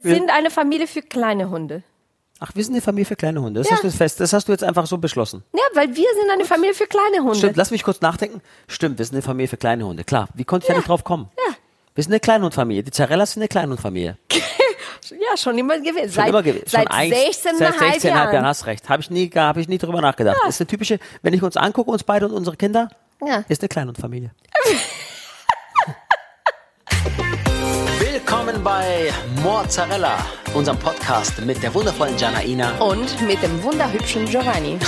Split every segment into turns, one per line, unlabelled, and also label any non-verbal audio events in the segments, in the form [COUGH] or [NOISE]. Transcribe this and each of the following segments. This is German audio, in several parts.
Wir sind eine Familie für kleine Hunde.
Ach, wir sind eine Familie für kleine Hunde. Das,
Ja.
hast du jetzt fest, das hast du jetzt einfach so beschlossen.
Ja, weil wir sind eine Familie für kleine Hunde.
Stimmt, lass mich kurz nachdenken. Stimmt, wir sind eine Familie für kleine Hunde. Klar, wie konnte ich da nicht drauf kommen?
Ja.
Wir sind eine Kleinhundfamilie. Die Zarellas sind eine Kleinhundfamilie.
Ja, schon immer gewesen.
Schon
seit
immer gewesen.
seit
Schon eigentlich-
16,5
seit 16,5
Jahren.
Jahren. Hast recht. Habe ich nie, habe ich nie drüber nachgedacht. Ist eine typische, wenn ich uns angucke, uns beide und unsere Kinder,
Ja.
ist
[LAUGHS]
eine Kleinhundfamilie. Willkommen bei Mozzarella, unserem Podcast mit der wundervollen Janaina
Und mit dem wunderhübschen Giovanni.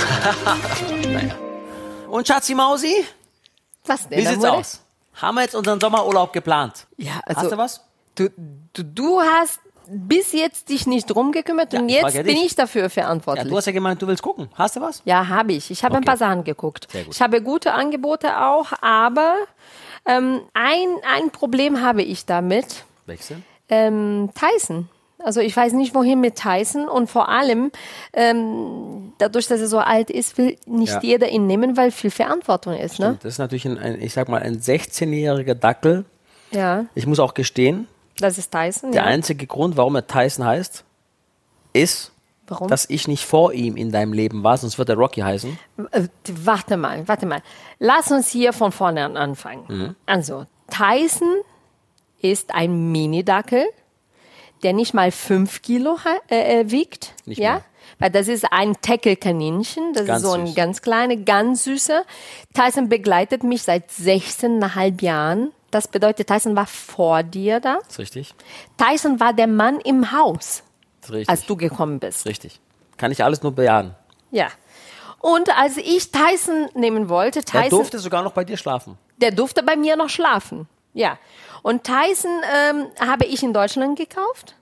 und Schatzi Mausi.
Was denn?
Wie
da
sieht's
wurde-
aus? Haben wir jetzt unseren Sommerurlaub geplant?
Ja, also,
Hast du was?
Du, du, du hast bis jetzt dich nicht drum gekümmert und
ich
jetzt
frage ja
bin
dich.
ich dafür
Ja,
verantwortlich.
du hast ja gemeint, du willst gucken. Hast du was?
Ja, habe ich. Ich habe ein
Okay.
paar Sachen geguckt.
Sehr gut.
Ich habe gute Angebote auch, aber ähm, ein, ein Problem habe ich damit.
Wechseln.
Ähm, Tyson. Also ich weiß nicht, wohin mit Tyson und vor allem, ähm, dadurch, dass er so alt ist, will nicht
Ja.
jeder ihn nehmen, weil viel Verantwortung ist.
Das ist natürlich ein, ein ich sag mal, ein 16-jähriger Dackel.
Ne? Ja,
Ich muss auch gestehen,
das ist Tyson.
der
Ja.
einzige Grund, warum er Tyson heißt, ist,
Warum?
dass ich nicht vor ihm in deinem Leben war, sonst wird er Rocky heißen.
Äh, warte mal, warte mal. Lass uns hier von vorne an anfangen.
Mhm.
Also, Tyson ist ein Mini-Dackel, der nicht mal fünf Kilo ha- äh, äh, wiegt.
Nicht
ja?
mal.
Weil das ist ein Tackle-Kaninchen. Das
Ganz
ist so ein
süß.
ganz kleiner, ganz süßer. Tyson begleitet mich seit 16,5 Jahren. Das bedeutet, Tyson war vor dir da.
Ist richtig?
Tyson war der Mann im Haus,
Ist richtig.
als Also du gekommen bist.
richtig. Kann ich alles nur bejahen.
Ja. Und als ich Tyson nehmen wollte, Tyson.
Er durfte sogar noch bei dir schlafen.
Der durfte bei mir noch schlafen. Ja. Und Tyson ähm, habe ich in Deutschland gekauft.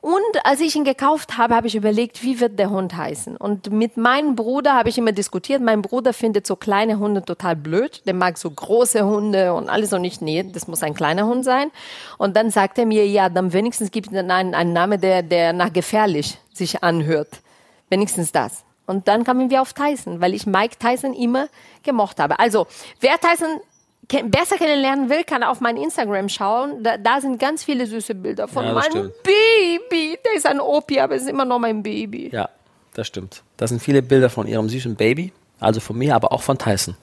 Und als ich ihn gekauft habe, habe ich überlegt, wie wird der Hund heißen? Und mit meinem Bruder habe ich immer diskutiert. Mein Bruder findet so kleine Hunde total blöd. Der mag so große Hunde und alles. Und ich, nee, das muss ein kleiner Hund sein. Und dann sagt er mir, ja, dann wenigstens gibt es einen, einen Namen, der, der nach gefährlich sich anhört. Wenigstens das. Und dann kamen wir auf Tyson, weil ich Mike Tyson immer gemocht habe. Also, wer Tyson ken- besser kennenlernen will, kann auf mein Instagram schauen. Da, da sind ganz viele süße Bilder von
Ja, das
meinem
stimmt.
Baby. Der ist ein Opi, aber es ist immer noch mein Baby.
Ja, das stimmt. Das sind viele Bilder von ihrem süßen Baby, also von mir, aber auch von Tyson.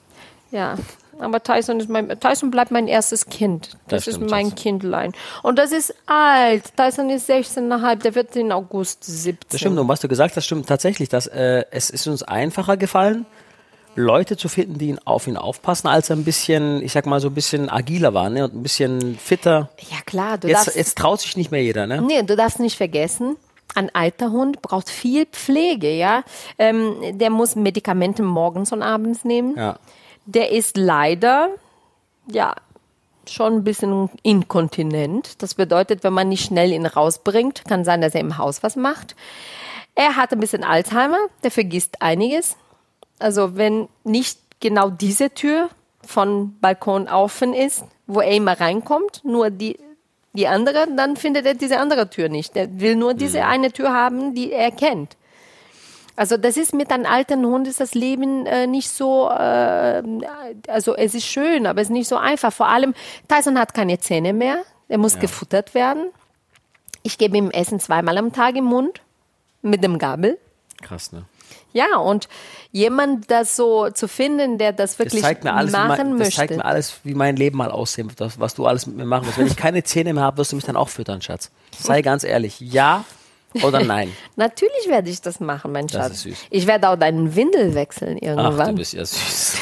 Ja. Aber Tyson ist mein Tyson bleibt mein erstes Kind. Das,
Das
ist
stimmt,
mein
Schatz.
Kindlein. Und das ist alt. Tyson ist 16,5, der wird in August 17.
Das stimmt. Und was du gesagt hast, stimmt tatsächlich, dass äh, es ist uns einfacher gefallen, Leute zu finden, die ihn auf ihn aufpassen, als er ein bisschen, ich sag mal so ein bisschen agiler war, ne? Und ein bisschen fitter.
Ja klar, du
Jetzt,
darfst Mhm.
jetzt traut sich nicht mehr jeder, ne?
Nee, du darfst nicht vergessen, ein alter Hund braucht viel Pflege, ja. Ähm, der muss Medikamente morgens und abends nehmen.
Ja.
Der ist leider, ja, schon ein bisschen inkontinent. Das bedeutet, wenn man nicht schnell ihn rausbringt, kann sein, dass er im Haus was macht. Er hat ein bisschen Alzheimer, der vergisst einiges. Also wenn nicht genau diese Tür von Balkon offen ist, wo er immer reinkommt, nur die, die andere, dann findet er diese andere Tür nicht. Er will nur diese eine Tür haben, die er kennt. Also das ist mit einem alten Hund ist das Leben äh, nicht so, äh, also es ist schön, aber es ist nicht so einfach. Vor allem Tyson hat keine Zähne mehr, er muss gefuttert werden. Ich gebe ihm Essen zweimal am Tag im Mund mit dem Gabel.
Krass, ne?
Ja, und jemand das so zu finden, der das
Das
wirklich
zeigt, mir alles, wie
machen
mein, das zeigt mir
möchte.
alles, wie mein Leben mal aussehen wird, was, was du alles mit mir machen wirst. Wenn ich keine Zähne mehr habe, wirst du mich dann auch füttern, Schatz.
[LAUGHS]
Sei ganz ehrlich. Ja oder nein?
Natürlich werde ich das machen, mein Schatz.
ist süß.
Ich werde auch deinen Windel wechseln
Ach, du
irgendwann.
bist ja süß.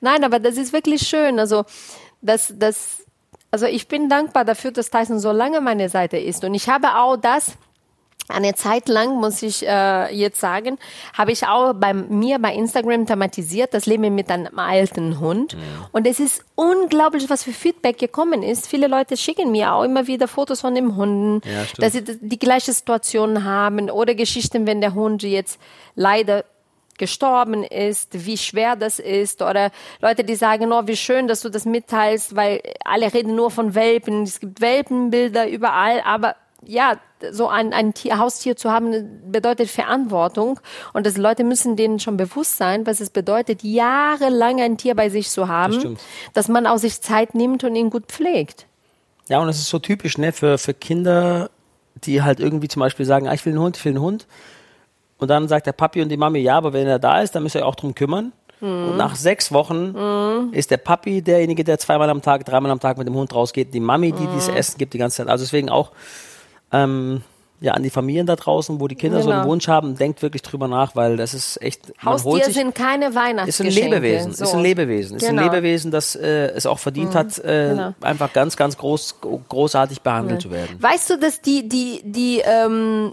Nein, aber das ist wirklich schön. Also, das, das, also ich bin dankbar dafür, dass Tyson so lange meine Seite ist. Und ich habe auch das. Eine Zeit lang, muss ich äh, jetzt sagen, habe ich auch bei mir bei Instagram thematisiert, das Leben mit einem alten
Mhm.
Hund. Und es ist unglaublich, was für Feedback gekommen ist. Viele Leute schicken mir auch immer wieder Fotos von den Hunden,
Ja, stimmt.
dass sie das- die gleiche Situation haben oder Geschichten, wenn der Hund jetzt leider gestorben ist, wie schwer das ist oder Leute, die sagen, oh, wie schön, dass du das mitteilst, weil alle reden nur von Welpen. Es gibt Welpenbilder überall, aber ja, so ein, ein Tier, Haustier zu haben, bedeutet Verantwortung. Und das Leute müssen denen schon bewusst sein, was es bedeutet, jahrelang ein Tier bei sich zu haben,
stimmt.
dass man auch sich Zeit nimmt und ihn gut pflegt.
Ja, und es ist so typisch, ne, für, für Kinder, die halt irgendwie zum Beispiel sagen, ah, ich will einen Hund, ich will einen Hund. Und dann sagt der Papi und die Mami, ja, aber wenn er da ist, dann müsst ihr euch auch drum kümmern.
Mhm.
Und nach sechs Wochen ist der Papi derjenige, der zweimal am Tag, dreimal am Tag mit dem Hund rausgeht. Die Mami, die dieses
Mhm.
Essen gibt die ganze Zeit. Also deswegen auch ähm, ja, an die Familien da draußen, wo die Kinder so einen
Genau.
Wunsch haben, denkt wirklich drüber nach, weil das ist echt, man holt
Haustiere
sich...
sind keine
Ist ein
Weihnachtsgeschenke.
Lebewesen,
So.
ist ein Lebewesen, ist ein
Genau.
Lebewesen, das äh, es auch verdient hat, äh,
genau.
einfach ganz, ganz groß, großartig behandelt zu werden.
Weißt du, dass die, die, die, ähm,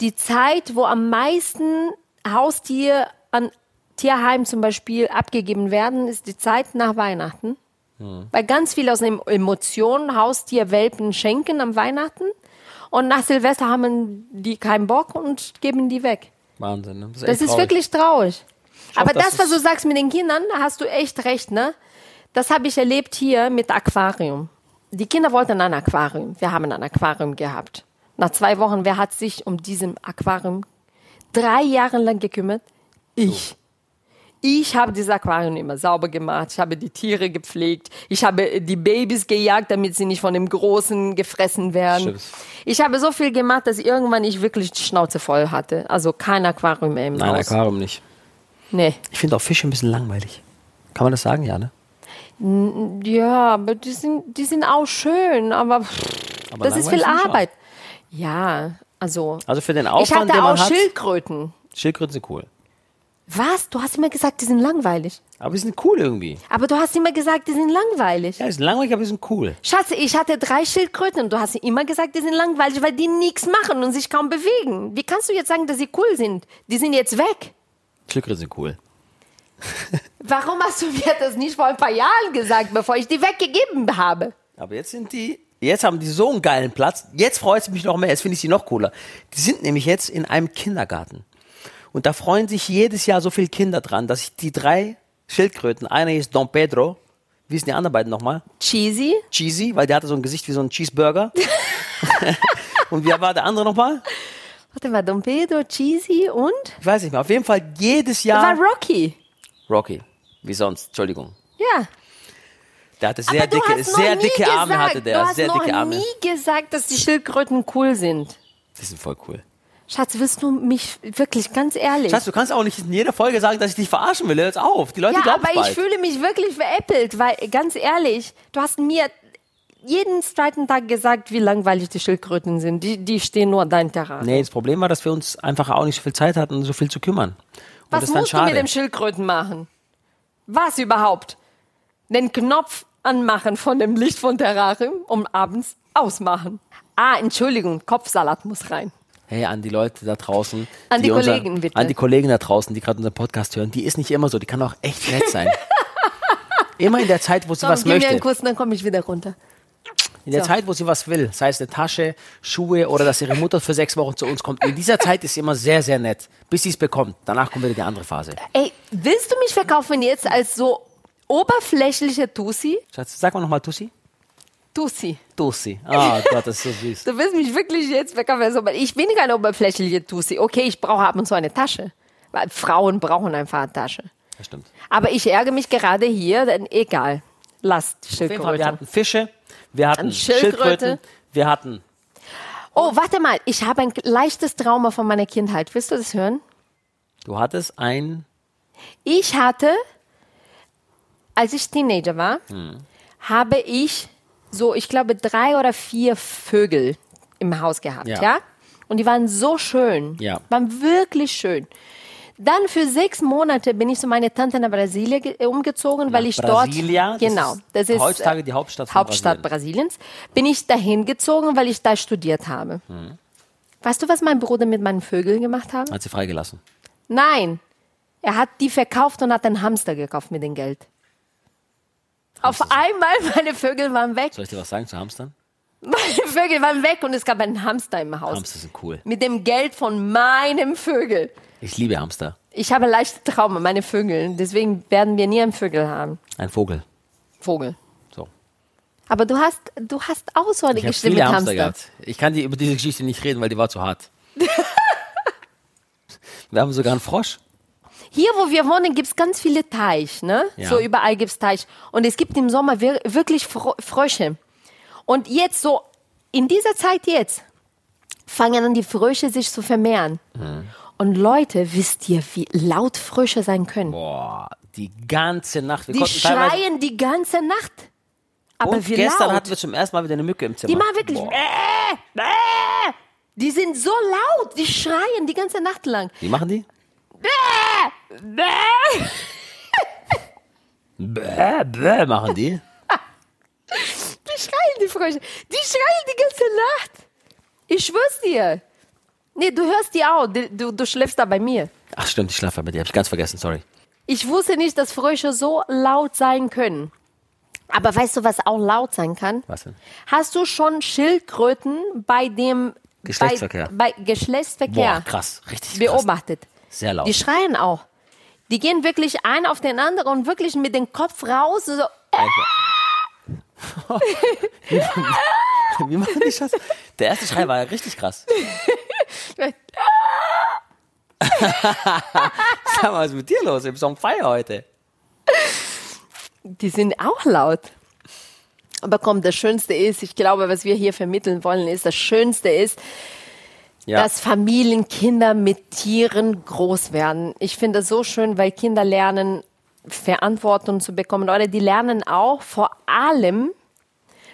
die Zeit, wo am meisten Haustier an Tierheim zum Beispiel abgegeben werden, ist die Zeit nach Weihnachten?
Hm.
Weil ganz viel aus den Emotionen Haustier Welpen schenken am Weihnachten und nach Silvester haben die keinen Bock und geben die weg.
Wahnsinn. Ne?
Das
echt
ist
traurig.
wirklich traurig.
hoffe,
Aber
dass
das, was
es-
du sagst mit den Kindern, da hast du echt recht, ne? Das habe ich erlebt hier mit Aquarium. Die Kinder wollten ein Aquarium. Wir haben ein Aquarium gehabt. Nach zwei Wochen, wer hat sich um diesem Aquarium drei Jahre lang gekümmert? Ich. Ich habe dieses Aquarium immer sauber gemacht. Ich habe die Tiere gepflegt. Ich habe die Babys gejagt, damit sie nicht von dem Großen gefressen werden.
Stimmt.
Ich habe so viel gemacht, dass irgendwann ich wirklich die Schnauze voll hatte. Also kein Aquarium mehr im
Nein,
Haus.
Aquarium nicht.
Nee.
Ich finde auch Fische ein bisschen langweilig. Kann man das sagen, ja, ne?
Ja, aber die sind, die sind auch schön, aber,
Aber
das ist viel
langweilig sind die schon.
Arbeit. Ja, also.
Also für den
Ich
Aufwand,
hatte
den
auch
man hat,
Schildkröten.
Schildkröten sind cool.
Was? Du hast immer gesagt, die sind langweilig.
Aber die sind cool irgendwie.
Aber du hast immer gesagt, die sind langweilig.
Ja, die sind langweilig, aber die sind cool.
Schatz, ich hatte drei Schildkröten und du hast immer gesagt, die sind langweilig, weil die nichts machen und sich kaum bewegen. Wie kannst du jetzt sagen, dass sie cool sind? Die sind jetzt weg.
Schildkröten sind cool.
Warum hast du [LAUGHS] mir das nicht vor ein paar Jahren gesagt, bevor ich die weggegeben habe?
Aber jetzt sind die, jetzt haben die so einen geilen Platz. Jetzt freut es mich noch mehr. Jetzt finde ich sie noch cooler. Die sind nämlich jetzt in einem Kindergarten. Und da freuen sich jedes Jahr so viele Kinder dran, dass ich die drei Schildkröten, einer ist Don Pedro, wie ist denn die anderen beiden nochmal?
Cheesy?
Cheesy, weil der hatte so ein Gesicht wie so ein
[LAUGHS]
Cheeseburger. Und wer war der andere nochmal?
Warte mal, Don Pedro, Cheesy und?
Ich weiß nicht mehr. Auf jeden Fall jedes
War
Jahr
Rocky.
Rocky. Wie sonst, Entschuldigung.
Ja.
Der hatte sehr
Aber du
dicke,
hast noch
sehr
nie
dicke
gesagt,
Arme hatte
Du
der,
hast
sehr
noch
dicke Arme.
nie gesagt, dass die Schildkröten cool sind.
Die sind voll cool.
Schatz, willst du mich wirklich ganz ehrlich?
Schatz, du kannst auch nicht in jeder Folge sagen, dass ich dich verarschen will. Hör jetzt auf. Die Leute
ja,
glauben
aber
bald.
ich fühle mich wirklich veräppelt, weil ganz ehrlich, du hast mir jeden zweiten Tag gesagt, wie langweilig die Schildkröten sind. Die, die stehen nur an deinem Terrain.
Nee, das Problem war, dass wir uns einfach auch nicht so viel Zeit hatten, so viel zu kümmern. Und das
Was
ist dann
musst du
schade.
mit dem Schildkröten machen? Was überhaupt? Den Knopf anmachen von dem Licht von Terrarium und abends ausmachen. Ah, Entschuldigung, Kopfsalat muss rein.
hey, an die Leute da draußen.
An die
unser-
Kollegen, bitte.
An die Kollegen da draußen, die gerade unseren Podcast hören. Die ist nicht immer so. Die kann auch echt nett
[LAUGHS]
sein. immer in der Zeit, wo sie
Komm,
was
gib mir
möchte.
einen Kuss, dann komme ich wieder runter.
In der
So.
Zeit, wo sie was will, sei es eine Tasche, Schuhe oder dass ihre Mutter für sechs Wochen zu uns kommt. In dieser Zeit ist sie immer sehr, sehr nett, bis sie es bekommt. Danach kommt wieder die andere Phase.
Ey, willst du mich verkaufen jetzt als so oberflächliche Tussi?
Schatz, sag mal nochmal Tussi.
Tussi.
Tussi. Ah Gott, das ist so süß.
Du willst mich wirklich jetzt verkaufen. als ober- Ich bin keine oberflächliche Tussi. Okay, ich brauche ab und zu eine Tasche. Weil Frauen brauchen einfach eine Tasche.
Das stimmt.
Aber ich ärgere mich gerade hier, denn egal. Lasst die
Auf jeden Fall, wir
Schildkröte.
hatten Fische, wir hatten
An Schildkröte.
Schildkröten, wir hatten
Oh, warte mal. Ich habe ein leichtes Trauma von meiner Kindheit. Willst du das hören?
Du hattest ein.
Ich hatte, als ich Teenager war,
Hm.
habe ich so, ich glaube, drei oder vier Vögel im Haus gehabt,
Ja.
ja? Und die waren so schön.
Ja.
Waren wirklich schön. Dann für sechs Monate bin ich zu meiner Tante nach Brasilien ge- äh, umgezogen, weil ich
Brasilia,
dort
das
genau,
ist heutzutage die Hauptstadt von
Hauptstadt Brasiliens, bin ich dahin gezogen, weil ich da studiert habe.
Hm.
Weißt du, was mein Bruder mit meinen Vögeln gemacht hat?
Hat sie freigelassen.
Nein, er hat die verkauft und hat einen Hamster gekauft mit dem Geld. Auf einmal [LAUGHS] meine Vögel waren weg.
Soll ich dir was sagen zu Hamstern?
Meine Vögel waren weg und es gab einen Hamster im Haus.
Hamster sind cool.
Mit dem Geld von meinem Vögel.
Ich liebe Hamster.
Ich habe leichte Trauma, meine Vögel. Deswegen werden wir nie einen Vögel haben.
Ein Vogel.
Vogel.
So.
Aber du hast, du hast auch so eine
Ich habe
Geschichte mit
viele Hamster,
Hamster.
gehabt. Ich kann die, über diese Geschichte nicht reden, weil die war zu
[LAUGHS]
hart. wir haben sogar einen Frosch.
Hier, wo wir wohnen, gibt es ganz viele Teich, ne?
Ja.
So überall gibt es Teich. Und es gibt im Sommer wir wirklich Fro Frösche. Und jetzt so in dieser Zeit jetzt fangen an, die Frösche sich zu vermehren.
Mhm.
Und Leute, wisst ihr, wie laut Frösche sein können?
Boah, die ganze Nacht. Wir
die
konnten teilweise-
schreien die ganze Nacht. Aber
Und
wie
gestern
laut.
hatten wir zum ersten Mal wieder eine Mücke im Zimmer.
Die machen wirklich.
Boah.
Äh, äh, die sind so laut, die schreien die ganze Nacht lang.
Wie machen die?
Bäh.
Bäh, bäh machen die.
Die schreien die Frösche. Die schreien die ganze Nacht. Ich schwör's dir. Nee, du hörst die auch. Du, du, du schläfst da bei mir.
Ach stimmt, ich schlafe bei dir. Hab ich ganz vergessen, sorry.
Ich wusste nicht, dass Frösche so laut sein können. Aber weißt du, was auch laut sein kann?
Was denn?
Hast du schon Schildkröten bei dem
Geschlechtsverkehr.
Bei, bei
Boah,
Geschlechtsverkehr
krass. Richtig krass.
beobachtet?
Sehr laut.
Die schreien auch. Die gehen wirklich einen auf den anderen und wirklich mit dem Kopf raus. So,
Wie machen die das? Der erste Schrei war richtig krass. Sag mal, was ist mit dir los? Du bist on fire heute.
Die sind auch laut. Aber komm, das Schönste ist, ich glaube, was wir hier vermitteln wollen, ist, das Schönste ist,
Ja.
dass Familienkinder mit Tieren groß werden. Ich finde das so schön, weil Kinder lernen, Verantwortung zu bekommen. Oder die lernen auch vor allem,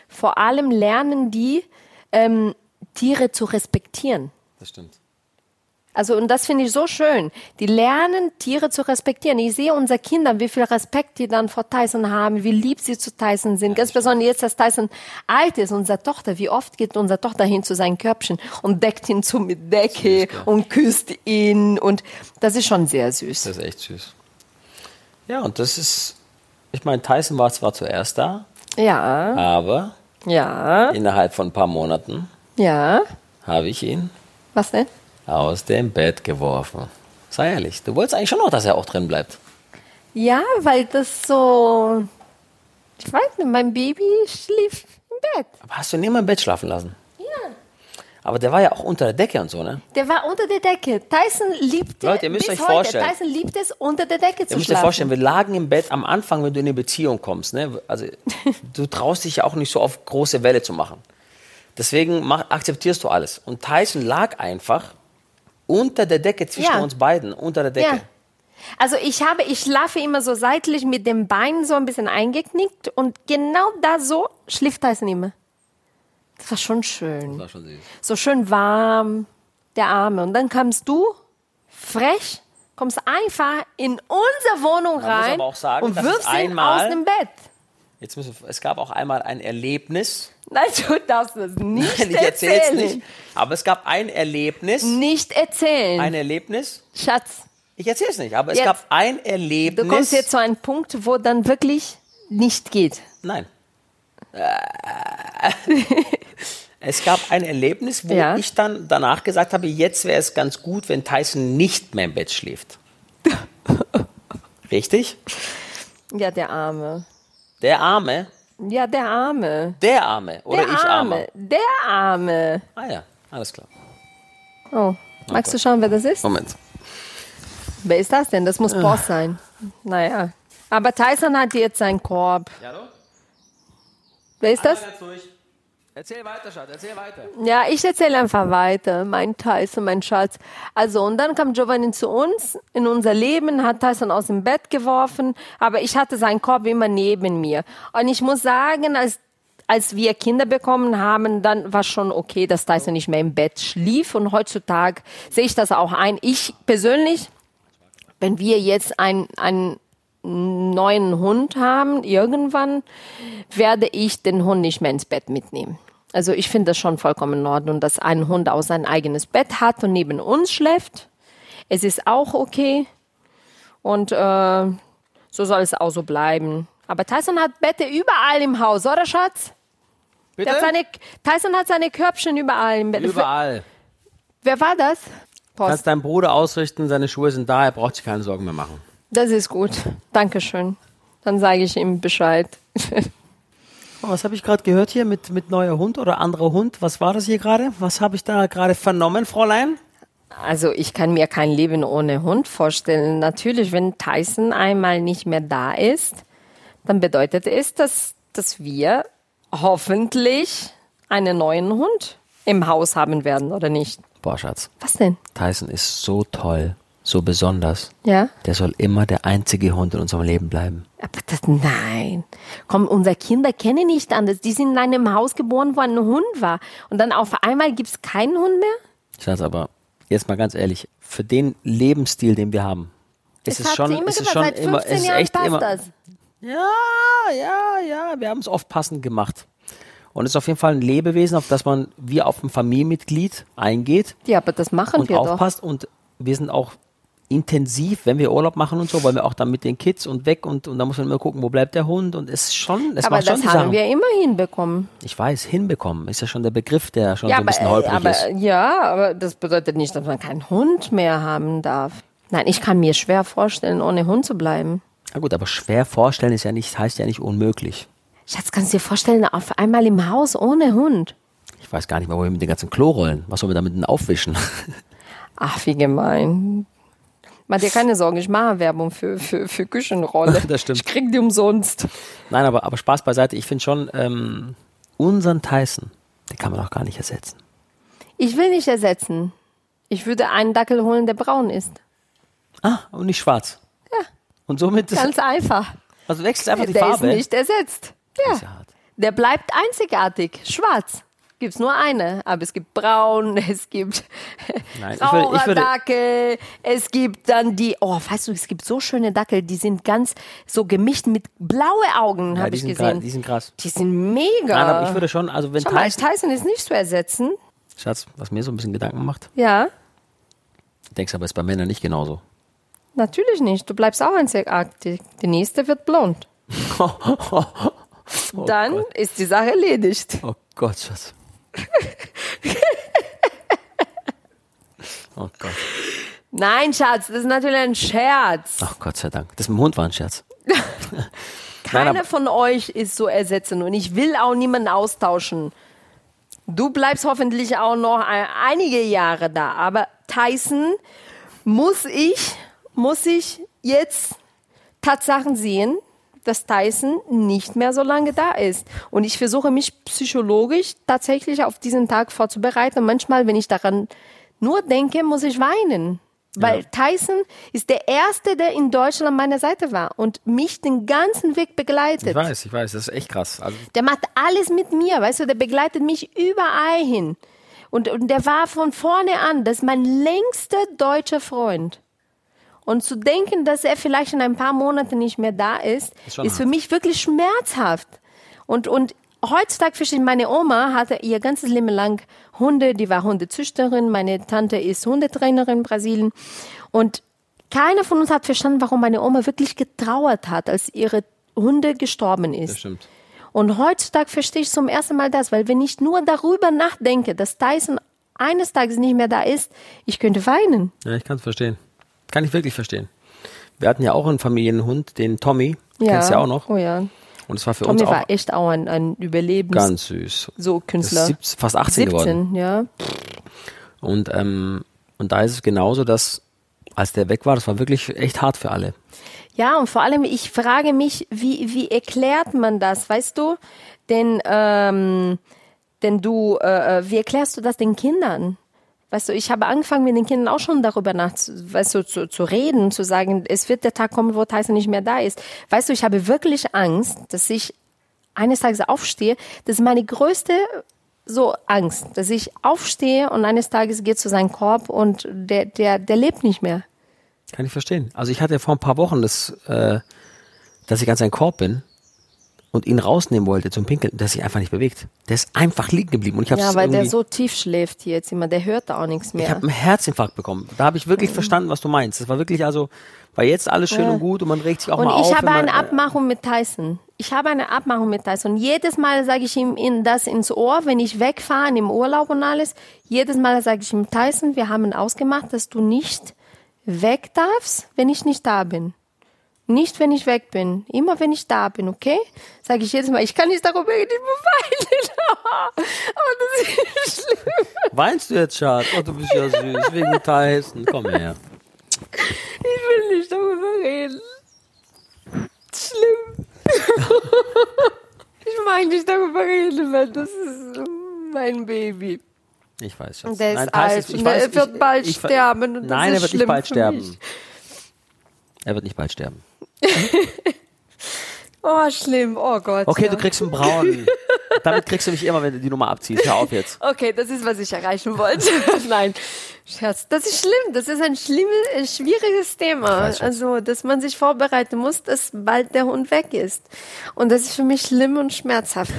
vor allem lernen die, ähm, Tiere zu respektieren.
das stimmt.
Also, und das finde ich so schön. Die lernen, Tiere zu respektieren. Ich sehe unsere Kinder, wie viel Respekt die dann vor Tyson haben, wie lieb sie zu Tyson sind. Ganz besonders jetzt, dass Tyson alt ist, unsere Tochter, wie oft geht unsere Tochter hin zu seinem Körbchen und deckt ihn zu mit Decke und küsst ihn. Und das ist schon sehr süß.
Das ist echt süß. Ja, und das ist. Ich meine, Tyson war zwar zuerst da,
Ja,
aber
ja,
innerhalb von ein paar Monaten
ja.
habe ich ihn
Was denn?
aus dem Bett geworfen. Sei ehrlich, du wolltest eigentlich schon noch, dass er auch drin bleibt.
Ja, weil das so, ich weiß nicht, mein Baby schlief im Bett.
Aber hast du ihn immer im Bett schlafen lassen?
Ja.
Aber der war ja auch unter der Decke und so, ne?
Der war unter der Decke. Tyson liebte
Leute, ihr müsst
bis
euch
heute.
vorstellen.
Tyson liebt es, unter der Decke zu
Ihr müsst
schlafen.
dir vorstellen, wir lagen im Bett am Anfang, wenn du in eine Beziehung kommst. Ne?
[LAUGHS]
Also, du traust dich ja auch nicht so auf große Welle zu machen. Deswegen mach, akzeptierst du alles. Und Tyson lag einfach unter der Decke zwischen
Ja.
uns beiden, unter der Decke.
ja. Also ich habe, ich schlafe immer so seitlich mit dem Bein so ein bisschen eingeknickt und genau da so schlief Tyson immer. Das war schon schön.
War schon süß.
So schön warm, der Arme. Und dann kamst du, frech, kommst einfach in unsere Wohnung
muss
rein
aber auch sagen,
und
dass es
wirfst ihn
einmal-
aus dem Bett.
Jetzt müssen wir, es gab auch einmal ein Erlebnis.
Nein, du darfst
[LAUGHS]
das nicht
Ich erzähl's
erzählen. Mhm.
nicht. Aber es gab ein Erlebnis.
Nicht erzählen,
Ein Erlebnis.
Schatz.
Ich erzähl's nicht, aber es
Jetzt.
gab ein Erlebnis.
Du kommst jetzt zu einem Punkt, wo dann wirklich nicht geht.
Nein. Äh. [LAUGHS] es gab ein Erlebnis, wo
Ja.
ich dann danach gesagt habe, jetzt wäre es ganz gut, wenn Tyson nicht mehr im
[LAUGHS]
Bett schläft. Richtig?
Ja, der Arme.
Der Arme,
Ja, der Arme.
der Arme oder
der
ich Arme.
Der Arme.
Ah ja, alles klar.
Oh, magst du schauen, wer das ist?
Moment.
Wer ist das denn? Das
Äh.
muss Boss sein. Naja. Aber Tyson hat jetzt seinen Korb.
hallo?
Wer ist das?
Erzähl weiter, Schatz, erzähl weiter.
Ja, ich erzähle einfach weiter. Mein Tyson, mein Schatz. Also, und dann kam Giovanni zu uns in unser Leben, hat Tyson aus dem Bett geworfen, aber ich hatte seinen Korb immer neben mir. Und ich muss sagen, als, als wir Kinder bekommen haben, dann war schon okay, dass Tyson nicht mehr im Bett schlief. Und heutzutage sehe ich das auch ein. Ich persönlich, wenn wir jetzt ein, ein, neuen Hund haben, irgendwann werde ich den Hund nicht mehr ins Bett mitnehmen. Also ich finde das schon vollkommen in Ordnung, dass ein Hund auch sein eigenes Bett hat und neben uns schläft. Es ist auch okay und äh, so soll es auch so bleiben. Aber Tyson hat Bette überall im Haus, oder Schatz?
Bitte?
Der hat seine, Tyson hat seine Körbchen überall im Bett.
Äh? Überall.
Wer war das? Post.
Kannst deinen Bruder ausrichten, seine Schuhe sind da, er braucht sich keine Sorgen mehr machen.
Das ist gut. Dankeschön. Dann sage ich ihm Bescheid. [LAUGHS]
Oh, Was habe ich gerade gehört hier mit, mit neuer Hund oder anderer Hund? Was war das hier gerade? Was habe ich da gerade vernommen, Fräulein?
Also ich kann mir kein Leben ohne Hund vorstellen. Natürlich, wenn Tyson einmal nicht mehr da ist, dann bedeutet es, dass, dass wir hoffentlich einen neuen Hund im Haus haben werden oder nicht.
Boah, Schatz,
Was denn?
Tyson ist so toll, so besonders.
Ja?
Der soll immer der einzige Hund in unserem Leben bleiben.
Aber das, nein. Komm, unsere Kinder kennen nicht anders. Die sind in einem Haus geboren, wo ein Hund war. Und dann auf einmal gibt es keinen Hund mehr?
Schatz, aber jetzt mal ganz ehrlich, für den Lebensstil, den wir haben, ist
Das
es
hat
schon,
sie immer
ist es
gesagt,
schon
seit 15
immer, ist
Jahren
echt
passt
immer.
das.
Ja, ja, ja, wir haben es oft passend gemacht. Und es ist auf jeden Fall ein Lebewesen, auf das man wie auf ein Familienmitglied eingeht
Ja, aber das machen
und
wir doch.
aufpasst. Und wir sind auch intensiv, wenn wir Urlaub machen und so, weil wir auch dann mit den Kids und weg und, und da muss man immer gucken, wo bleibt der Hund und es ist schon, es
Aber
macht schon
das
die
haben
Sachen.
wir immer hinbekommen.
Ich weiß, hinbekommen ist ja schon der Begriff, der schon
ja,
so ein bisschen holprig
aber, äh,
ist.
ja, aber das bedeutet nicht, dass man keinen Hund mehr haben darf. Nein, ich kann mir schwer vorstellen, ohne Hund zu bleiben.
Na gut, aber schwer vorstellen ist ja nicht, heißt ja nicht unmöglich.
Schatz, kannst du dir vorstellen, auf einmal im Haus ohne Hund?
Ich weiß gar nicht mehr, wohin mit den ganzen Klorollen. Was sollen wir damit denn aufwischen? [LAUGHS]
Ach, wie gemein. Mach dir keine Sorgen, ich mache Werbung für, für, für Küchenrolle.
[LAUGHS] Das stimmt.
Ich krieg die umsonst.
Nein, aber, aber Spaß beiseite. Ich finde schon, ähm, unseren Tyson, den kann man doch gar nicht ersetzen.
Ich will nicht ersetzen. Ich würde einen Dackel holen, der braun ist.
Ah, und nicht schwarz.
Ja,
Und somit,
ganz einfach.
also wechselt einfach die
der
Farbe.
ist nicht ersetzt. Ja.
Das ist ja hart.
Der bleibt einzigartig. Schwarz. Gibt's nur eine. Aber es gibt braun, [LAUGHS] es gibt
Nein, ich würde-
grauer
ich würde-
Dackel, es gibt dann die, oh, weißt du, es gibt so schöne Dackel, die sind ganz so gemischt mit blaue Augen,
Ja,
habe
die,
ich
sind
gesehen.
gra- die sind krass.
Die sind mega.
Nein, aber ich würde schon, also wenn
Äh, Schau mal,
Tyson,
Tyson ist nicht zu ersetzen.
Schatz, was mir so ein bisschen Gedanken macht,
Ja,
ich denkst aber, ist bei Männern nicht genauso.
natürlich nicht. Du bleibst auch einzigartig. Die nächste wird
[LAUGHS]
blond. Dann ist die Sache erledigt.
Oh Gott, Schatz. [LAUGHS] oh Gott.
Nein, Schatz, das ist natürlich ein Scherz.
Ach Gott sei Dank. Das mit dem Hund war ein
[LAUGHS]
Scherz. Nein,
Keiner
aber-
von euch ist so ersetzen und ich will auch niemanden austauschen. Du bleibst hoffentlich auch noch ein- einige Jahre da, aber Tyson muss ich, muss ich jetzt Tatsachen sehen, dass Tyson nicht mehr so lange da ist. Und ich versuche mich psychologisch tatsächlich auf diesen Tag vorzubereiten. Und manchmal, wenn ich daran nur denke, muss ich weinen. Weil Tyson ist der Erste, der in Deutschland an meiner Seite war und mich den ganzen Weg begleitet.
Ich weiß, ich weiß, das ist echt krass. Also,
Der macht alles mit mir, weißt du, der begleitet mich überall hin. Und, und der war von vorne an, das ist mein längster deutscher Freund. Und zu denken, dass er vielleicht in ein paar Monaten nicht mehr da ist,
Ist
ist,
schon
für
hart.
mich wirklich schmerzhaft. Und, und heutzutage verstehe ich, meine Oma hatte ihr ganzes Leben lang Hunde, die war Hundezüchterin, meine Tante ist Hundetrainerin in Brasilien. Und keiner von uns hat verstanden, warum meine Oma wirklich getrauert hat, als ihre Hunde gestorben ist.
stimmt.
Und heutzutage verstehe ich zum ersten Mal das, weil wenn ich nur darüber nachdenke, dass Tyson eines Tages nicht mehr da ist, ich könnte weinen.
Ja, ich kann es verstehen. Kann ich wirklich verstehen. Wir hatten ja auch einen Familienhund, den Tommy.
Ja.
Kennst du ja auch noch.
Oh ja.
Und es war für
Tommy
uns auch
war echt auch ein, ein Überlebens...
ganz süß.
so
Das
Künstler.
ist siebz- fast 18 geworden.
17, ja.
Und, ähm, und da ist es genauso, dass als der weg war, das war wirklich echt hart für alle.
Ja, und vor allem, ich frage mich, wie, wie erklärt man das, weißt du? Denn, ähm, denn du, äh, äh, wie erklärst du das den Kindern? Weißt du, ich habe angefangen, mit den Kindern auch schon darüber nach, weißt du, zu, zu reden, zu sagen, es wird der Tag kommen, wo Tyson nicht mehr da ist. Weißt du, ich habe wirklich Angst, dass ich eines Tages aufstehe. Das ist meine größte so Angst, dass ich aufstehe und eines Tages geht zu seinem Korb und der, der, der lebt nicht mehr.
Kann ich verstehen. Also ich hatte ja vor ein paar Wochen das, äh, dass ich ganz ein Korb bin und ihn rausnehmen wollte zum Pinkeln, der sich einfach nicht bewegt. Der ist einfach liegen geblieben und ich habe
Ja, weil der
irgendwie,
so tief schläft jetzt immer, der hört da auch nichts
ich
mehr.
habe einen Herzinfarkt bekommen. Da habe ich wirklich
Mhm.
verstanden, was du meinst. Das war wirklich also, war jetzt alles schön und gut und man regt sich auch
Und
mal auf. äh,
ich habe
wenn man,
eine Abmachung mit Tyson. Ich habe eine Abmachung mit Tyson. Jedes Mal sage ich ihm in das ins Ohr, wenn ich wegfahre im Urlaub und alles. Jedes Mal sage ich ihm, Tyson, wir haben ausgemacht, dass du nicht weg darfst, wenn ich nicht da bin. Nicht, wenn ich weg bin. Immer, wenn ich da bin, okay? Sage ich jedes Mal, ich kann nicht darüber reden, ich muss weinen. [LAUGHS] Aber das ist schlimm.
äh, Weinst du jetzt, Schatz? Oh, du bist ja süß, wegen Tyson. Komm her.
Ich will nicht darüber reden.
[LAUGHS]
Schlimm. ich mag nicht darüber reden, weil das ist. mein Baby.
Ich weiß schon.
Der ist alt. Und er wird bald sterben und das
nein,
ist
er wird
schlimm
nicht bald
für
sterben.
mich.
Er wird nicht bald sterben.
Oh, schlimm. Oh Gott.
Okay,
ja.
du kriegst einen braunen. Damit kriegst du mich immer, wenn du die Nummer abziehst. Hör auf
[LAUGHS]
jetzt.
Okay, das ist, was ich erreichen wollte. [LAUGHS] Nein, Scherz. Das ist schlimm. Das ist ein schlimmes, äh, schwieriges Thema.
weiß, Schatz.
Also, dass man sich vorbereiten muss, dass bald der Hund weg ist. Und das ist für mich schlimm und schmerzhaft.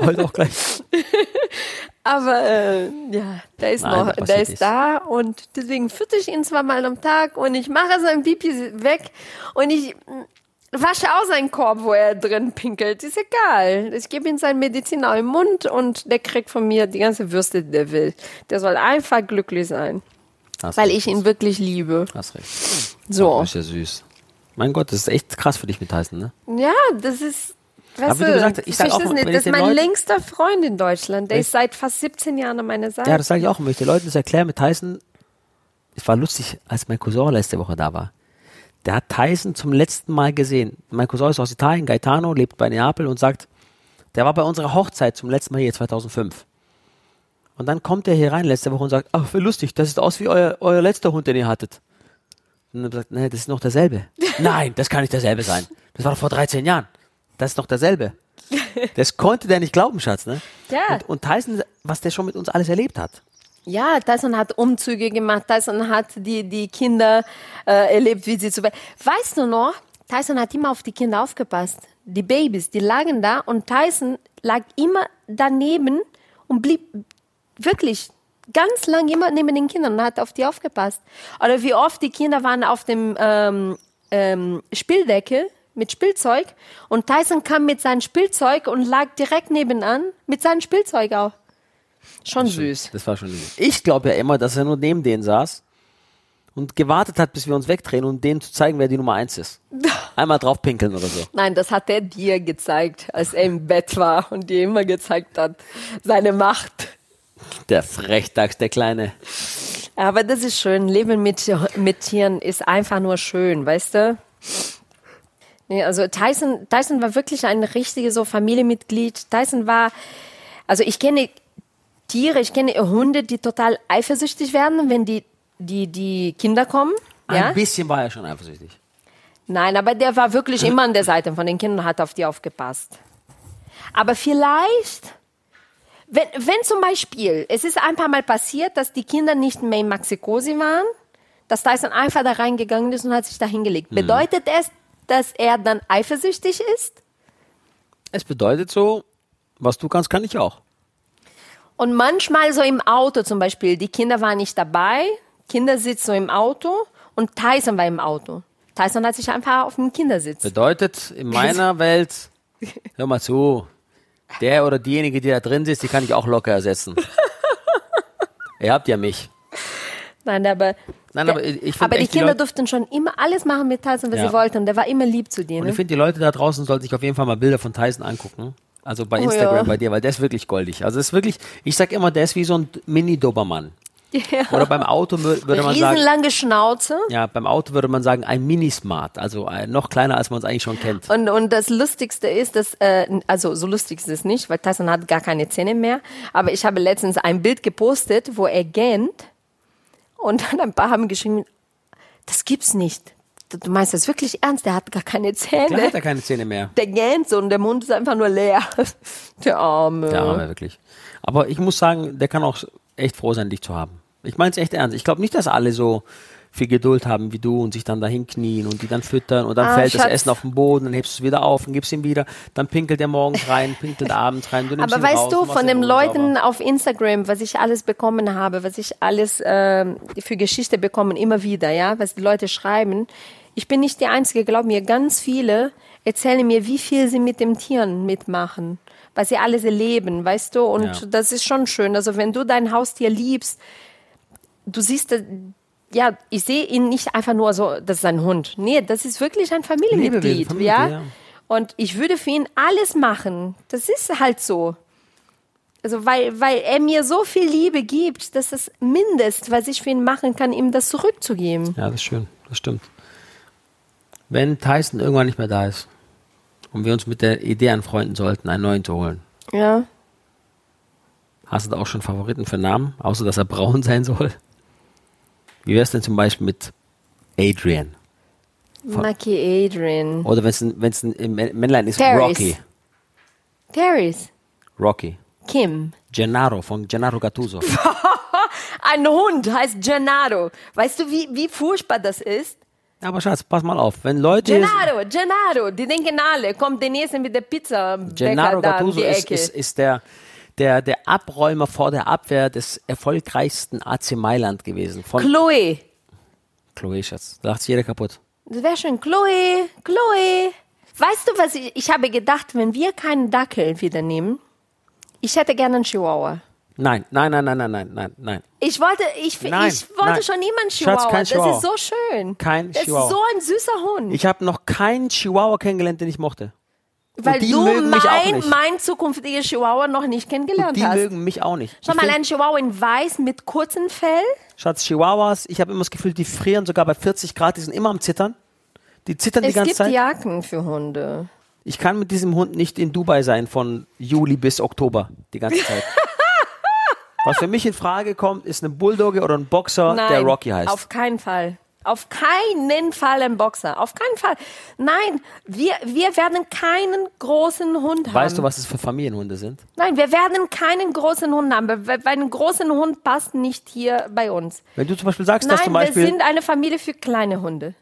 Heute auch gleich.
Aber äh, ja, der ist
Nein, da
noch,
passiert
der ist
nichts.
da und deswegen fütter ich ihn zweimal am Tag und ich mache seinen Pipi weg und ich mh, wasche auch seinen Korb, wo er drin pinkelt. Ist egal. Ich gebe ihm sein Medizinal im Mund und der kriegt von mir die ganze Würste, die der will. Der soll einfach glücklich sein,
Hast
weil
recht.
ich ihn wirklich liebe.
Hast recht.
So.
Ist ja süß. Mein Gott, das ist echt krass für dich mit Tyson, ne?
Ja, das ist. Weißt
Aber wie du gesagt hast, ich sag auch,
verstehst
wenn
nicht,
ich
das ist
den
mein
Leuten-
längster Freund in Deutschland. Der ist seit fast 17 Jahren an meiner Seite.
Ja, das sage ich auch immer. Wenn ich den Leuten das erkläre mit Tyson, es war lustig, als mein Cousin letzte Woche da war. Der hat Tyson zum letzten Mal gesehen. Mein Cousin ist aus Italien, Gaetano, lebt bei Neapel und sagt, der war bei unserer Hochzeit zum letzten Mal hier 2005. Und dann kommt er hier rein letzte Woche und sagt, ach, wie lustig, das sieht aus wie euer, euer letzter Hund, den ihr hattet. Und dann sagt, nee, das ist noch derselbe. Nein, das kann nicht derselbe sein. Das war doch vor 13 Jahren. Das ist noch derselbe. Das konnte der nicht glauben, Schatz, ne?
Ja.
Und, und Tyson, was der schon mit uns alles erlebt hat.
Ja, Tyson hat Umzüge gemacht, Tyson hat die, die Kinder äh, erlebt, wie sie zu. Weißt du noch, Tyson hat immer auf die Kinder aufgepasst. Die Babys, die lagen da und Tyson lag immer daneben und blieb wirklich ganz lang immer neben den Kindern und hat auf die aufgepasst. Oder wie oft die Kinder waren auf dem ähm, ähm, Spieldecke mit Spielzeug und Tyson kam mit seinem Spielzeug und lag direkt nebenan mit seinem Spielzeug auch. Schon süß.
Das war schon Ich glaube ja immer, dass er nur neben denen saß und gewartet hat, bis wir uns wegdrehen, um denen zu zeigen, wer die Nummer eins
[LAUGHS]
ist. Einmal drauf pinkeln oder so.
Nein, das hat er dir gezeigt, als er im Bett war und dir immer gezeigt hat, seine Macht.
Der Frechtags, der Kleine.
Aber das ist schön. Leben mit, mit Tieren ist einfach nur schön, weißt du? Nee, also Tyson, Tyson war wirklich ein richtiges so Familienmitglied. Tyson war, also ich kenne Tiere, ich kenne Hunde, die total eifersüchtig werden, wenn die, die, die Kinder kommen. ja?
Ein bisschen war er schon eifersüchtig.
Nein, aber der war wirklich immer an der Seite von den Kindern, hat auf die aufgepasst. Aber vielleicht, wenn, wenn zum Beispiel, es ist ein paar Mal passiert, dass die Kinder nicht mehr in Maxikosi waren, dass Tyson einfach da reingegangen ist und hat sich da hingelegt. Bedeutet es, dass er dann eifersüchtig ist?
Es bedeutet so, was du kannst, kann ich auch.
Und manchmal so im Auto zum Beispiel, die Kinder waren nicht dabei, Kindersitz so im Auto und Tyson war im Auto. Tyson hat sich einfach auf dem Kindersitz.
Bedeutet in meiner Welt, hör mal zu, der oder diejenige, die da drin sitzt, die kann ich auch
[LAUGHS]
locker ersetzen. Ihr habt ja mich.
Nein, aber,
Nein,
der-
aber ich- ich find
Äh, aber die
echt, die
Kinder
Leute-
durften schon immer alles machen mit Tyson, was
Ja.
sie wollten. Der war immer lieb zu dir.
Und ich
Ne?
finde, die Leute da draußen sollten sich auf jeden Fall mal Bilder von Tyson angucken. Also bei
Oh
Instagram
ja.
bei dir, weil der ist wirklich goldig. Also ist wirklich, ich sag immer, der ist wie so ein Mini-Dobermann. Oder beim Auto mü- würde man sagen,
Riesenlange Schnauze.
ja, beim Auto würde man sagen, ein Mini-Smart. Also ein, noch kleiner, als man es eigentlich schon kennt.
Und, und das Lustigste ist, dass, äh, also so lustig ist es nicht, weil Tyson hat gar keine Zähne mehr. Aber ich habe letztens ein Bild gepostet, wo er gähnt. Und dann ein paar haben geschrieben, das gibt's nicht. Du- Du meinst das wirklich ernst? Der hat gar keine
Klar
Zähne.
hat er keine Zähne mehr.
Der gähnt so und der Mund ist einfach nur leer. [LAUGHS] Der Arme.
Der Arme, wirklich. Aber ich muss sagen, der kann auch echt froh sein, dich zu haben. Ich meine es echt ernst. Ich glaube nicht, dass alle so viel Geduld haben wie du und sich dann dahin knien und die dann füttern und dann
Ah,
fällt
Schatz.
das Essen auf den Boden, dann hebst du es wieder auf und gibst ihm wieder, dann pinkelt er morgens rein,
[LAUGHS]
pinkelt abends rein. Du nimmst
Aber
ihn
weißt
raus,
du,
machst
von
ihn
den
unsauber.
Leuten auf Instagram, was ich alles bekommen habe, was ich alles ähm, für Geschichte bekommen, immer wieder, ja, was die Leute schreiben. Ich bin nicht die Einzige, glaub mir, ganz viele erzählen mir, wie viel sie mit den Tieren mitmachen, was sie alles erleben, weißt du? Und
Ja.
das ist schon schön. Also wenn du dein Haustier liebst, du siehst, äh, ja, ich sehe ihn nicht einfach nur so, das ist ein Hund. Nee, das ist wirklich ein Familienmitglied,
Lebewesen,
ja?
Familienmitglied, ja.
Und ich würde für ihn alles machen. Das ist halt so. Also weil, weil er mir so viel Liebe gibt, dass das Mindest, was ich für ihn machen kann, ihm das zurückzugeben.
Ja, das ist schön, das stimmt. Wenn Tyson irgendwann nicht mehr da ist und wir uns mit der Idee anfreunden sollten, einen neuen zu holen,
Ja.
Hast du da auch schon Favoriten für Namen, außer dass er braun sein soll? Wie wär's denn zum Beispiel mit Adrian?
Maki Adrian.
Oder wenn es ein, wenn's ein im Mä- Männlein ist,
Paris.
Rocky.
Paris.
Rocky.
Kim.
Gennaro von Gennaro Gattuso.
Ein Hund heißt Gennaro. Weißt du, wie, wie furchtbar das ist?
Aber Schatz, pass mal auf. Wenn Leute.
Gennaro, Gennaro. Die denken alle, kommt den nächsten mit der Pizza.
Gennaro
da um
Gattuso
die
ist,
Ecke.
ist, ist der, der, der Abräumer vor der Abwehr des erfolgreichsten AC Mailand gewesen. Von
Chloe.
Chloe, Schatz. Da lacht sich jeder kaputt.
Das wäre schön. Chloe, Chloe. Weißt du, was ich, ich habe gedacht, wenn wir keinen Dackel wieder nehmen, ich hätte gerne einen Chihuahua.
Nein, nein, nein, nein, nein, nein, nein, nein.
Ich wollte, ich,
Nein,
ich wollte
nein.
schon immer einen Chihuahua.
Schatz, kein
das
Chihuahua.
ist so schön.
Kein
das
Chihuahua.
ist so ein süßer Hund.
Ich habe noch keinen Chihuahua kennengelernt, den ich mochte.
weil
die
du
mögen mich auch nicht.
mein, mein zukünftiger Chihuahua noch nicht kennengelernt
Die
hast.
mögen mich auch nicht.
Schau
Ich
mal,
find-
ein Chihuahua in weiß mit kurzem Fell.
Schatz, Chihuahuas, ich habe immer das Gefühl, die frieren sogar bei 40 Grad, die sind immer am Zittern. Die zittern die
Es
ganze
gibt
Zeit.
Jacken für Hunde.
Ich kann mit diesem Hund nicht in Dubai sein von Juli bis Oktober, die
[LAUGHS]
ganze Zeit. Was für mich in Frage kommt, ist eine Bulldogge oder ein Boxer,
Nein,
der Rocky heißt.
Auf keinen Fall. Auf keinen Fall ein Boxer. Auf keinen Fall. Nein, wir, wir werden keinen großen Hund
weißt du,
haben.
was es für Familienhunde sind?
Nein, wir werden keinen großen Hund haben, weil weil ein großen Hund passt nicht hier bei uns.
Wenn du zum Beispiel sagst, dass
Nein,
zum
wir
Beispiel.
sind eine Familie für kleine Hunde.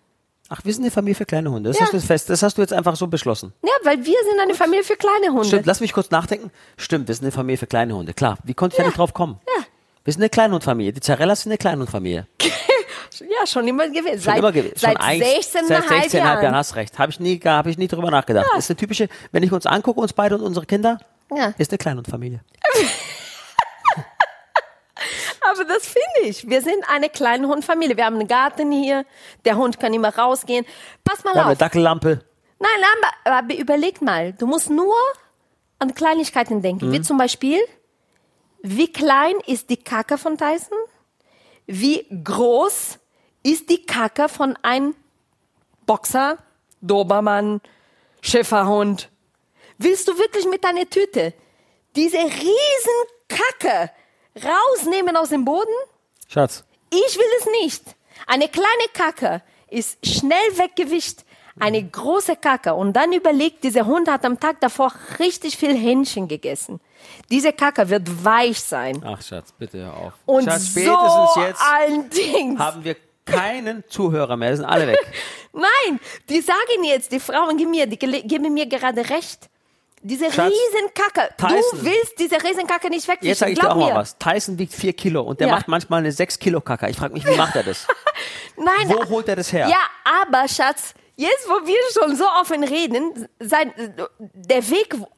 ach, wir sind eine Familie für kleine Hunde. Das
Ja.
hast du jetzt fest. Das hast du jetzt einfach so beschlossen.
Ja, weil wir sind eine Familie für kleine Hunde.
Stimmt, lass mich kurz nachdenken. Stimmt, wir sind eine Familie für kleine Hunde. Klar, wie konnte ich da nicht drauf kommen?
Ja.
Wir sind eine Kleinhundfamilie. Die Zarellas sind eine Kleinhundfamilie.
Ja, schon immer gewesen.
Schon
seit
immer gewesen.
seit
schon eigentlich-
16,5
seit 16,5
Jahren.
Jahren hast recht. Habe ich nie, gar- hab ich nie drüber nachgedacht. Ist eine typische, wenn ich uns angucke, uns beide und unsere Kinder,
Ja.
ist eine Kleinhundfamilie.
Aber das finde ich. Wir sind eine kleine Hundfamilie. Wir haben einen Garten hier. Der Hund kann immer rausgehen. Pass mal
Wir haben eine
auf.
Dackellampe.
Nein, aber, aber überleg mal. Du musst nur an Kleinigkeiten denken. Wie zum Beispiel, wie klein ist die Kacke von Tyson? Wie groß ist die Kacke von einem Boxer, Dobermann, Schäferhund? Willst du wirklich mit deiner Tüte diese riesen Kacke rausnehmen aus dem Boden?
Schatz,
Ich will es nicht. Eine kleine Kacke ist schnell weggewischt. Eine große Kacke. Und dann überlegt, dieser Hund hat am Tag davor richtig viel Hähnchen gegessen. Diese Kacke wird weich sein.
ach Schatz, bitte hör auf.
Und
Schatz, spätestens
so
jetzt
allen Dings.
haben wir keinen Zuhörer mehr. Die sind alle weg.
[LAUGHS] Nein, die sagen jetzt, die Frauen geben mir, die gele- geben mir gerade recht. Diese
Schatz,
riesen Kacke.
Tyson.
Du willst diese riesen Kacke nicht wegwischen.
Jetzt sage ich dir
Glaub
auch mal
mir.
was. Tyson wiegt 4 Kilo und der
Ja.
macht manchmal eine 6 Kilo Kacke. Ich frage mich, wie macht
[LAUGHS]
er das?
Nein,
Wo holt er das her?
Ja, aber Schatz, jetzt wo wir schon so offen reden, sein, der Weg wo-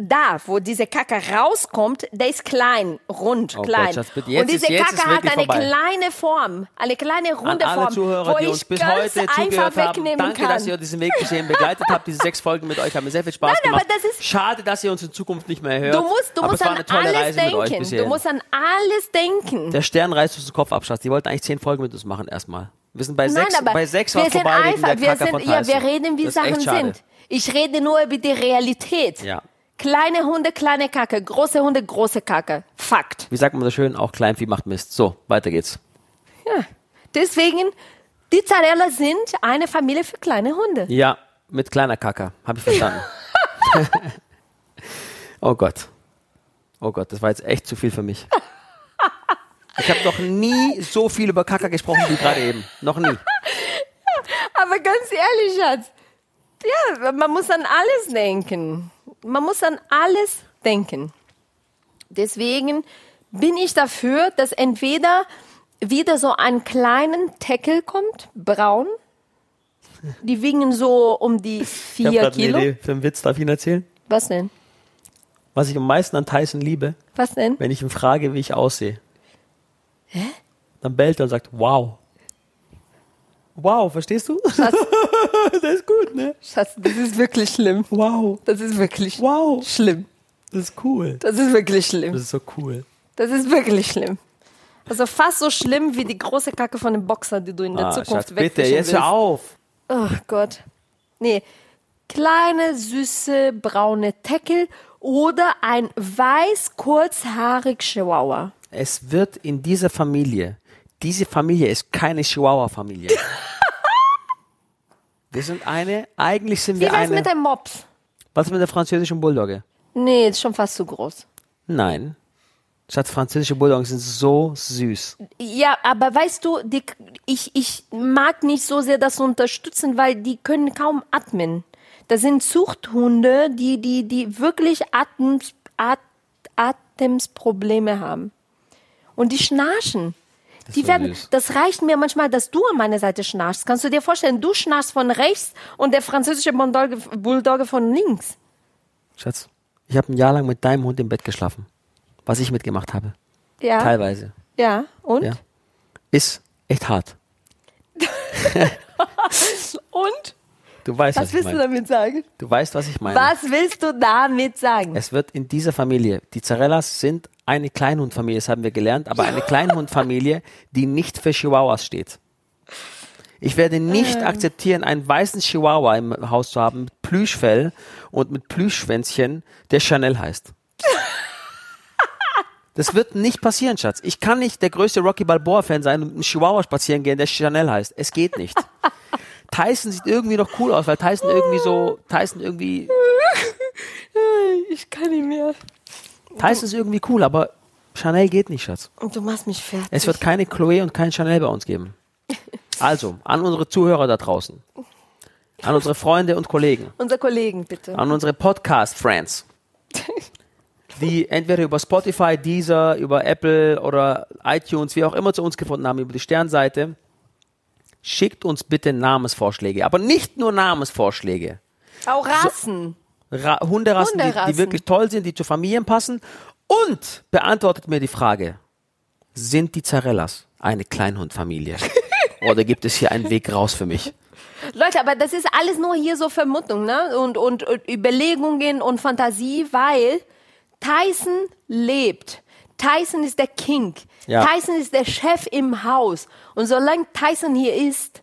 da, wo diese Kacke rauskommt, der ist klein, rund,
Oh
klein.
Gott, Schatz, bitte, jetzt
Und diese
ist- jetzt ist
Kacke hat
wirklich
eine
vorbei.
kleine Form, eine kleine runde
An alle
Form,
Zuhörer,
wo
die
ich
uns bis
ganz
heute
einfach
zugehört haben,
wegnehmen
danke,
kann.
dass ihr diesen Weg bis hierhin begleitet habt. Diese sechs Folgen mit euch haben mir sehr viel Spaß
Nein, aber
gemacht.
das ist-
Schade, dass ihr uns in Zukunft nicht mehr hört.
Du musst, du
aber
musst
es war
an
eine tolle
alles
Reise mit euch bis
denken. Du
hierhin.
musst an alles denken.
Der Stern reißt uns den Kopf ab, Schatz. Die wollten eigentlich zehn Folgen mit uns machen erstmal. Wir sind bei
Nein,
sechs,
aber
bei sechs
wir
war
sind
vorbei wegen
einfach,
der
wir
Kacke von
sind, ja, wir
Tyson.
reden, wie
Das ist echt
Sachen
schade.
sind. Ich rede nur über die Realität.
Ja.
Kleine Hunde, kleine Kacke, große Hunde, große Kacke. Fakt.
Wie sagt man so schön? Auch Kleinvieh macht Mist. So, weiter geht's.
Ja. Deswegen, die Zarella sind eine Familie für kleine Hunde.
Ja, mit kleiner Kacke. Habe
[LAUGHS]
ich verstanden. oh Gott. Oh Gott, das war jetzt echt zu viel für mich. Ich habe noch nie so viel über Kacke gesprochen wie gerade eben. Noch nie.
Aber ganz ehrlich, Schatz, ja, man muss an alles denken. Man muss an alles denken. Deswegen bin ich dafür, dass entweder wieder so einen kleinen Teckel kommt, braun. Die wiegen so um die vier Kilo.
für einen Witz. Darf ich Ihnen erzählen?
Was denn?
Was ich am meisten an Tyson liebe,
Was denn?
wenn ich ihn frage, wie ich aussehe. Hä? Dann bellt er und sagt, wow. Wow, verstehst du?
Schatz,
[LAUGHS] Das ist gut, ne?
Schatz, das ist wirklich schlimm.
Wow.
Das ist wirklich
Wow.
schlimm.
Das ist cool.
Das ist wirklich schlimm.
Das ist so cool.
Das ist wirklich schlimm. Also fast so schlimm wie die große Kacke von dem Boxer, die du in der
Ah,
Zukunft
Schatz, bitte,
wegwischen
jetzt hör
willst.
auf.
Oh Gott. Nee. Kleine, süße, braune Teckel oder ein weiß kurzhaarig Chihuahua.
Es wird in dieser Familie, diese Familie ist
[LAUGHS]
keine Chihuahua-Familie. wir sind eine, eigentlich sind
Wie
wir
wär's
eine.
mit einem Mops?
was ist mit der französischen Bulldogge?
Nee, ist schon fast zu groß.
Nein. Schatz, französische Bulldoggen sind so süß.
Ja, aber weißt du, die, ich, ich mag nicht so sehr das unterstützen, weil die können kaum atmen. Das sind Zuchthunde, die, die, die wirklich Atems, At, Atemsprobleme haben. Und die schnarchen. die
so
werden,
süß.
das reicht mir manchmal, dass du an meiner Seite schnarchst. Kannst du dir vorstellen, du schnarchst von rechts und der französische Bulldogge, Bulldogge von links.
Schatz, ich habe ein Jahr lang mit deinem Hund im Bett geschlafen. Was ich mitgemacht habe.
Ja.
Teilweise.
Ja. Und?
Ja. Ist echt hart.
Und?
Du weißt, was,
Was
ich
willst du
meine.
damit sagen?
Du, weißt, was ich meine.
Was willst du damit sagen?
Es wird in dieser Familie, die Zarellas sind eine Kleinhundfamilie, das haben wir gelernt, aber eine Kleinhundfamilie, die nicht für Chihuahuas steht. Ich werde nicht akzeptieren, einen weißen Chihuahua im Haus zu haben mit Plüschfell und mit Plüschschwänzchen, der Chanel heißt. Das wird nicht passieren, Schatz. Ich kann nicht der größte Rocky Balboa-Fan sein und einen Chihuahua spazieren gehen, der Chanel heißt. Es geht nicht. Tyson sieht irgendwie noch cool aus, weil Tyson irgendwie so, Tyson irgendwie
Ich kann nicht mehr.
Tyson ist irgendwie cool, aber Chanel geht nicht, Schatz.
Und du machst mich fertig.
Es wird keine Chloe und kein Chanel bei uns geben. Also, an unsere Zuhörer da draußen, an unsere Freunde und Kollegen,
Unser Kollegen, bitte.
an unsere Podcast-Friends, die entweder über Spotify, Deezer, über Apple oder iTunes, wie auch immer, zu uns gefunden haben, über die Sternseite, schickt uns bitte Namensvorschläge. Aber nicht nur Namensvorschläge.
Auch Rassen.
Ra Hunderassen, Die,
Hunderassen.
die wirklich toll sind, die zu Familien passen. Und beantwortet mir die Frage, sind die Zarellas
[LAUGHS]
eine Kleinhundfamilie? Oder gibt es hier einen Weg raus für mich?
Leute, aber das ist alles nur hier so Vermutung, ne? Und, und, und Überlegungen und Fantasie, weil Tyson lebt. Tyson ist der King.
Ja.
Tyson ist der Chef im Haus. Und solange Tyson hier ist,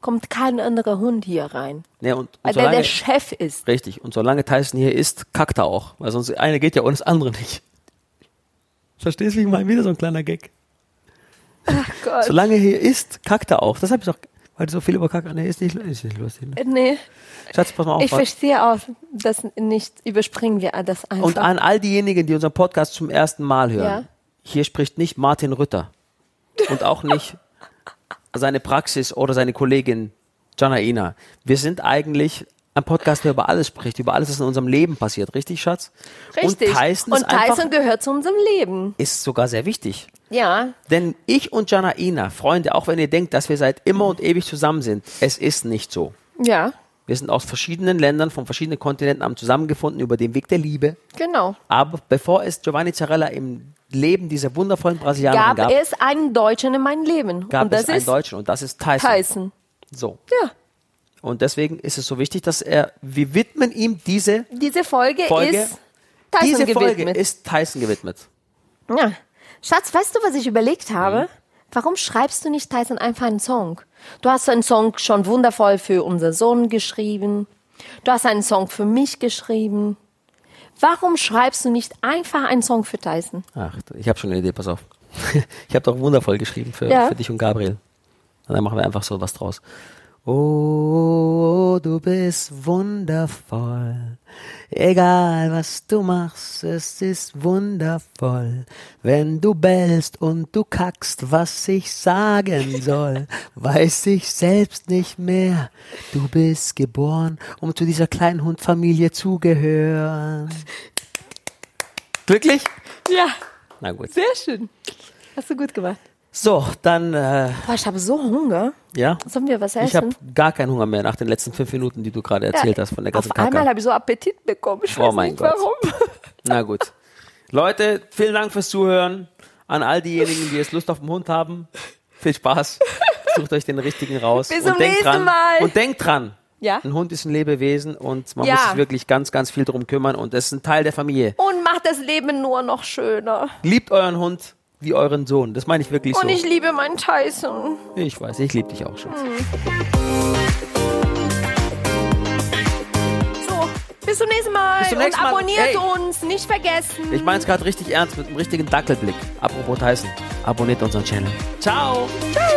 kommt kein anderer Hund hier rein.
Ne, und, und
Weil Also der
solange,
der Chef ist.
richtig, und solange Tyson hier ist, kackt er auch. Weil sonst eine geht ja ohne das andere nicht. Verstehst du, wie ich meine? Wieder so ein kleiner Gag.
Gott.
Solange er hier ist, kackt er auch. Das habe ich doch, weil du so viel über Kack... Ne, ist nicht, ist nicht lustig. Ne?
Äh, Nee,
Schatz, pass mal auf.
ich
warte.
verstehe auch, das nicht überspringen wir das einfach.
Und an all diejenigen, die unseren Podcast zum ersten Mal hören,
Ja.
hier spricht nicht Martin Rütter und
[LAUGHS]
auch nicht seine Praxis oder seine Kollegin Janaina. Wir sind eigentlich ein Podcast, der über alles spricht, über alles, was in unserem Leben passiert, richtig, Schatz?
Richtig.
Und Tyson, ist,
und Tyson
einfach,
gehört zu unserem Leben.
ist sogar sehr wichtig.
Ja,
Denn ich und Janaina, Freunde, auch wenn ihr denkt, dass wir seit immer und ewig zusammen sind, es ist nicht so.
ja,
Wir sind aus verschiedenen Ländern, von verschiedenen Kontinenten haben zusammengefunden über den Weg der Liebe.
genau.
Aber bevor es Giovanni Zarella im Leben dieser wundervollen Brasilianerin
Gab,
gab,
es einen Deutschen in meinem Leben.
gab
und das
es einen
ist
Deutschen und das ist Tyson.
Tyson.
So.
Ja,
Und deswegen ist es so wichtig, dass er, wir widmen ihm diese,
diese Folge,
Folge-
ist Tyson
diese
gewidmet.
Folge ist Tyson gewidmet.
ja. Schatz, weißt du, was ich überlegt habe? Warum schreibst du nicht Tyson einfach einen Song? Du hast einen Song schon wundervoll für unseren Sohn geschrieben. Du hast einen Song für mich geschrieben. Warum schreibst du nicht einfach einen Song für Tyson?
Ach, ich habe schon eine Idee, pass auf. [LAUGHS] Ich habe doch wundervoll geschrieben für,
Ja.
für dich und Gabriel. Und dann machen wir einfach so was draus. Oh, du bist wundervoll. Egal was du machst, es ist wundervoll. Wenn du bellst und du kackst, was ich sagen soll, weiß ich selbst nicht mehr. Du bist geboren, um zu dieser kleinen Hundfamilie zu gehören. Glücklich?
Ja,
Na gut.
sehr schön. Hast du gut gemacht.
So, dann, äh,
Boah, ich habe so Hunger.
ja.
Sollen wir was
Ich habe
essen?
gar keinen Hunger mehr nach den letzten fünf Minuten, die du gerade erzählt hast von der ganzen
Auf einmal
Kacke.
habe ich so Appetit bekommen. Ich
Oh
weiß
mein
nicht
Gott.
warum.
Na gut. Leute, vielen Dank fürs Zuhören. An all diejenigen, die jetzt Lust auf den Hund haben,
[LAUGHS]
viel Spaß. Sucht euch den richtigen raus.
Bis
und
zum
denkt
nächsten
dran,
Mal.
Und denkt dran.
Ja.
Ein Hund ist ein Lebewesen und man
Ja.
muss sich wirklich ganz, ganz viel drum kümmern und es ist ein Teil der Familie.
[LAUGHS] Und macht das Leben nur noch schöner.
Liebt euren Hund wie euren Sohn. Das meine ich wirklich so.
Und ich liebe meinen Tyson.
ich weiß, ich liebe dich auch schon.
So, Bis zum nächsten Mal.
Bis zum nächsten
und
Mal.
abonniert
Hey.
uns, nicht vergessen.
Ich meine es gerade richtig ernst mit einem richtigen Dackelblick. Apropos heißen, abonniert unseren Channel. Ciao. Ciao.